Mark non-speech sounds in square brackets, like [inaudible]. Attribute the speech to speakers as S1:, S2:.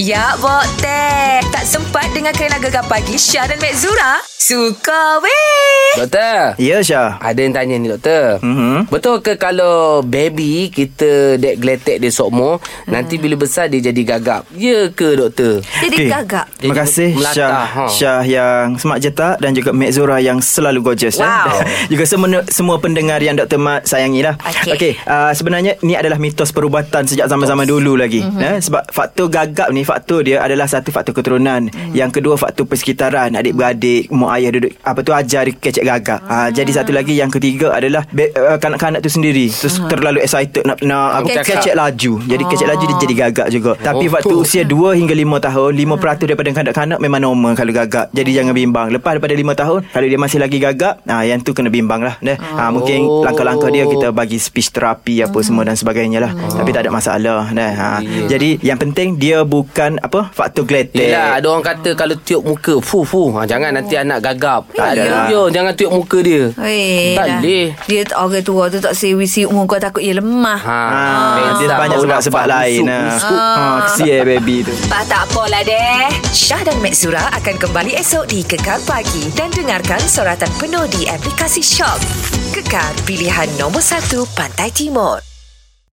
S1: Ya, Bok Teh. Tak sempat dengar Kerana Gegar Pagi Syah dan Mek Zura? Suka weh.
S2: Doktor.
S3: Ya Syah
S2: Ada yang tanya ni doktor.
S3: Mhm.
S2: Betul ke kalau baby kita dek geletek dia sokmo, nanti bila besar dia jadi gagap? Ya ke doktor?
S1: Jadi
S3: Okey.
S1: gagap.
S3: Terima
S2: Dia
S3: kasih
S2: melata,
S3: Syah
S2: ha.
S3: Syah yang semak cetak Dan juga Mek Zura yang selalu gorgeous eh.
S1: Wow.
S3: [laughs] Juga semua, semua pendengar yang Dr. Mat sayangi lah
S1: Okey.
S3: okay uh, Sebenarnya ni adalah mitos perubatan Sejak zaman-zaman dulu lagi
S1: Mhm.
S3: mm-hmm. eh? Sebab faktor gagap ni Faktor dia adalah satu faktor keturunan
S1: Hmm.
S3: mm. Yang kedua faktor persekitaran Adik-beradik Mak ayah duduk Apa tu ajar dia kecek gagap ah. Jadi satu lagi yang ketiga adalah be, uh, Kanak-kanak tu sendiri Terus terlalu excited Nak, nak apa,
S2: Kecek.
S3: kecek. laju Jadi kecek laju
S1: Oh.
S3: dia jadi gagap juga Tapi faktor
S2: Oh.
S3: usia 2 hingga 5 tahun 5% daripada kanak-kanak memang normal kalau gagap Jadi
S2: Oh.
S3: jangan bimbang Lepas daripada 5 tahun Kalau dia masih lagi gagap ah, Yang tu kena bimbang lah eh. ah, Mungkin
S2: Oh. Hmm.
S3: langkah-langkah dia Kita bagi speech therapy Apa semua dan sebagainya lah
S2: Oh.
S3: Tapi tak ada masalah eh. ah. Jadi yang penting Dia bukan apa Faktor geletek
S2: Yelah, ada orang kata kalau tiup muka, fuh fuh, ha, jangan nanti anak gagap. Tak ada
S3: Yalah.
S2: je, jangan tiup muka dia.
S1: Weh,
S2: Tak
S1: dah.
S2: boleh.
S1: Dia t- orang tua tu tak sewi-sewi umur kau takut ia lemah.
S2: Ha,
S3: Ah, dia
S2: besar,
S3: banyak
S2: baru
S3: sebab-sebab
S2: nampak
S3: lain
S2: busuk,
S3: ah.
S2: busuk.
S3: ah, Kesian baby tu
S1: Bah, tak apalah deh. Syah dan Mek Zura akan kembali esok di Kekar Pagi dan dengarkan soratan penuh di aplikasi Shock. Kekar, pilihan nombor 1 Pantai Timur.